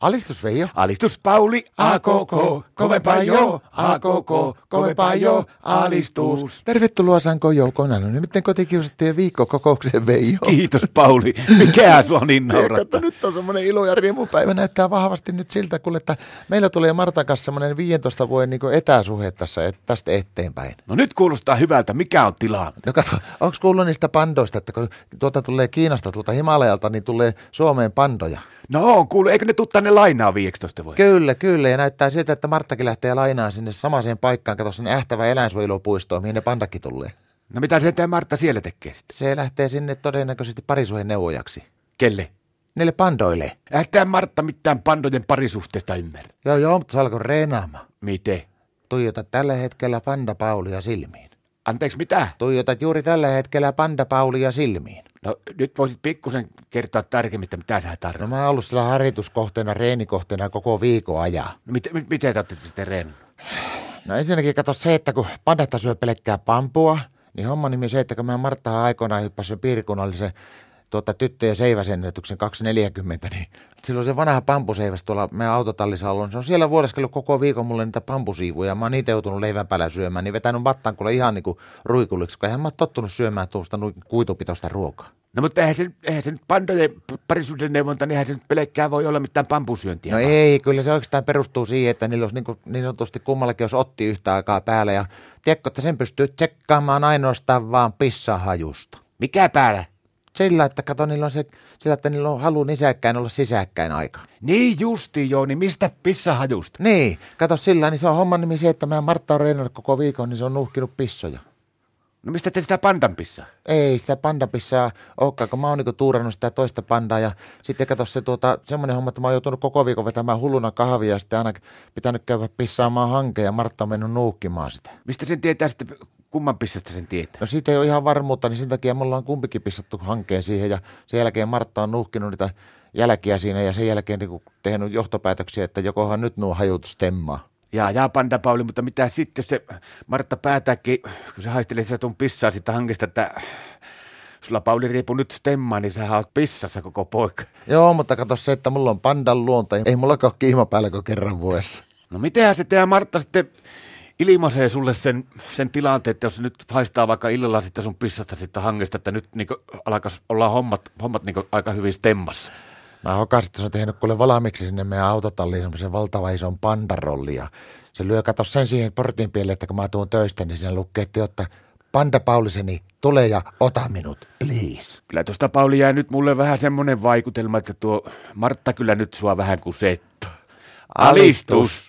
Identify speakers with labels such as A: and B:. A: Alistus Veijo.
B: Alistus Pauli, a koko, kovempaa jo, a koko, kovempaa jo, alistus.
A: Tervetuloa Sanko Joukona. No nimittäin kotikiusattujen viikkokokoukseen Veijo.
B: Kiitos Pauli, mikä sua niin
A: Kato,
B: naurattaa.
A: nyt on semmoinen ilo- ja riemupäivä. Näyttää vahvasti nyt siltä, kun että meillä tulee Martan kanssa semmoinen 15 vuoden niin etäsuhe tässä, et, tästä eteenpäin.
B: No nyt kuulostaa hyvältä, mikä on tilanne?
A: No kato, onko kuullut niistä pandoista, että kun tuota tulee Kiinasta tuolta Himalajalta, niin tulee Suomeen pandoja?
B: No on kuulu, eikö ne tuu tänne lainaa 15 vuotta?
A: Kyllä, kyllä. Ja näyttää siltä, että Marttakin lähtee lainaan sinne samaiseen paikkaan. Kato sinne ähtävä eläinsuojelupuistoon, mihin ne pandakin tulee.
B: No mitä se tämä Martta siellä tekee sitten?
A: Se lähtee sinne todennäköisesti parisuhen neuvojaksi.
B: Kelle?
A: Niille pandoille.
B: Eihän tämä Martta mitään pandojen parisuhteesta ymmärrä.
A: Joo, joo, mutta se alkoi reenaamaan.
B: Miten?
A: Tuijota tällä hetkellä panda Paulia silmiin.
B: Anteeksi, mitä?
A: Tuijotat juuri tällä hetkellä panda Paulia silmiin.
B: No nyt voisit pikkusen kertoa tarkemmin, että mitä sä
A: No
B: tarvitset.
A: mä oon ollut sillä harjoituskohteena, reenikohteena koko viikon ajan.
B: No, miten, mi- miten te olette sitten reenannut?
A: No ensinnäkin kato se, että kun pandatta syö pelkkää pampua, niin homma nimi se, että kun mä Marttahan aikoinaan hyppäsin piirikunnallisen tuota, tyttöjen seiväsennätyksen 240, niin silloin se vanha pampuseiväs tuolla meidän autotallissa ollut, niin se on siellä vuodeskellut koko viikon mulle niitä pampusiivuja, mä oon niitä joutunut leivän päällä syömään, niin vetänyt mattan kuule ihan niinku ruikulliksi, kun eihän mä oon tottunut syömään tuosta nu- kuitupitoista ruokaa.
B: No mutta eihän se, eihän se nyt pandojen p- parisuuden neuvonta, niin eihän se nyt pelkkää voi olla mitään pampusyöntiä.
A: No ei, kyllä se oikeastaan perustuu siihen, että niillä olisi niin, kuin, niin sanotusti kummallakin, jos otti yhtä aikaa päällä. Ja tiedätkö, että sen pystyy tsekkaamaan ainoastaan vaan pissahajusta.
B: Mikä päällä?
A: Sillä, että kato, niillä on se, sillä, että niillä on halu nisäkkäin olla sisäkkäin aika.
B: Niin justi joo, niin mistä pissahajusta?
A: Niin, kato sillä, niin se on homman nimi se, että mä Martta on reenannut koko viikon, niin se on nuhkinut pissoja.
B: No mistä te sitä pandan pissaa?
A: Ei sitä pandapissaa olekaan, kun mä oon niinku tuurannut sitä toista pandaa ja sitten kato se tuota, semmoinen homma, että mä oon joutunut koko viikon vetämään hulluna kahvia ja sitten aina pitänyt käydä pissaamaan hankeja ja Martta on mennyt nuukkimaan sitä.
B: Mistä sen tietää sitten, kumman pissasta sen tietää?
A: No siitä ei ole ihan varmuutta, niin sen takia me ollaan kumpikin pistettu hankkeen siihen ja sen jälkeen Martta on nuhkinut niitä jälkiä siinä ja sen jälkeen niin tehnyt johtopäätöksiä, että jokohan nyt nuo hajut stemmaa.
B: Jaa, jaa, panda Pauli, mutta mitä sitten, jos se Martta päätäkin, kun se haistelee sitä tuon pissaa sitä hankesta, että sulla Pauli riipu nyt stemmaa, niin sähän oot pissassa koko poika.
A: Joo, mutta kato se, että mulla on pandan luonta. Ei mullakaan ole kiima päällä kuin kerran vuodessa.
B: No mitenhän se tehdä Martta sitten ilmaisee sulle sen, sen tilanteen, että jos nyt haistaa vaikka illalla sitten sun pissasta sitä hangesta, että nyt niin alkaisi olla hommat, hommat niin aika hyvin stemmassa.
A: Mä hokasin, että se on tehnyt kuule valmiiksi sinne meidän autotalliin semmoisen valtavan ison pandarolli ja se lyö kato sen siihen portin pielle, että kun mä tuun töistä, niin siinä lukee, että jotta Panda Pauliseni, tule ja ota minut, please.
B: Kyllä tuosta Pauli jää nyt mulle vähän semmoinen vaikutelma, että tuo Martta kyllä nyt sua vähän kusettaa.
A: Alistus.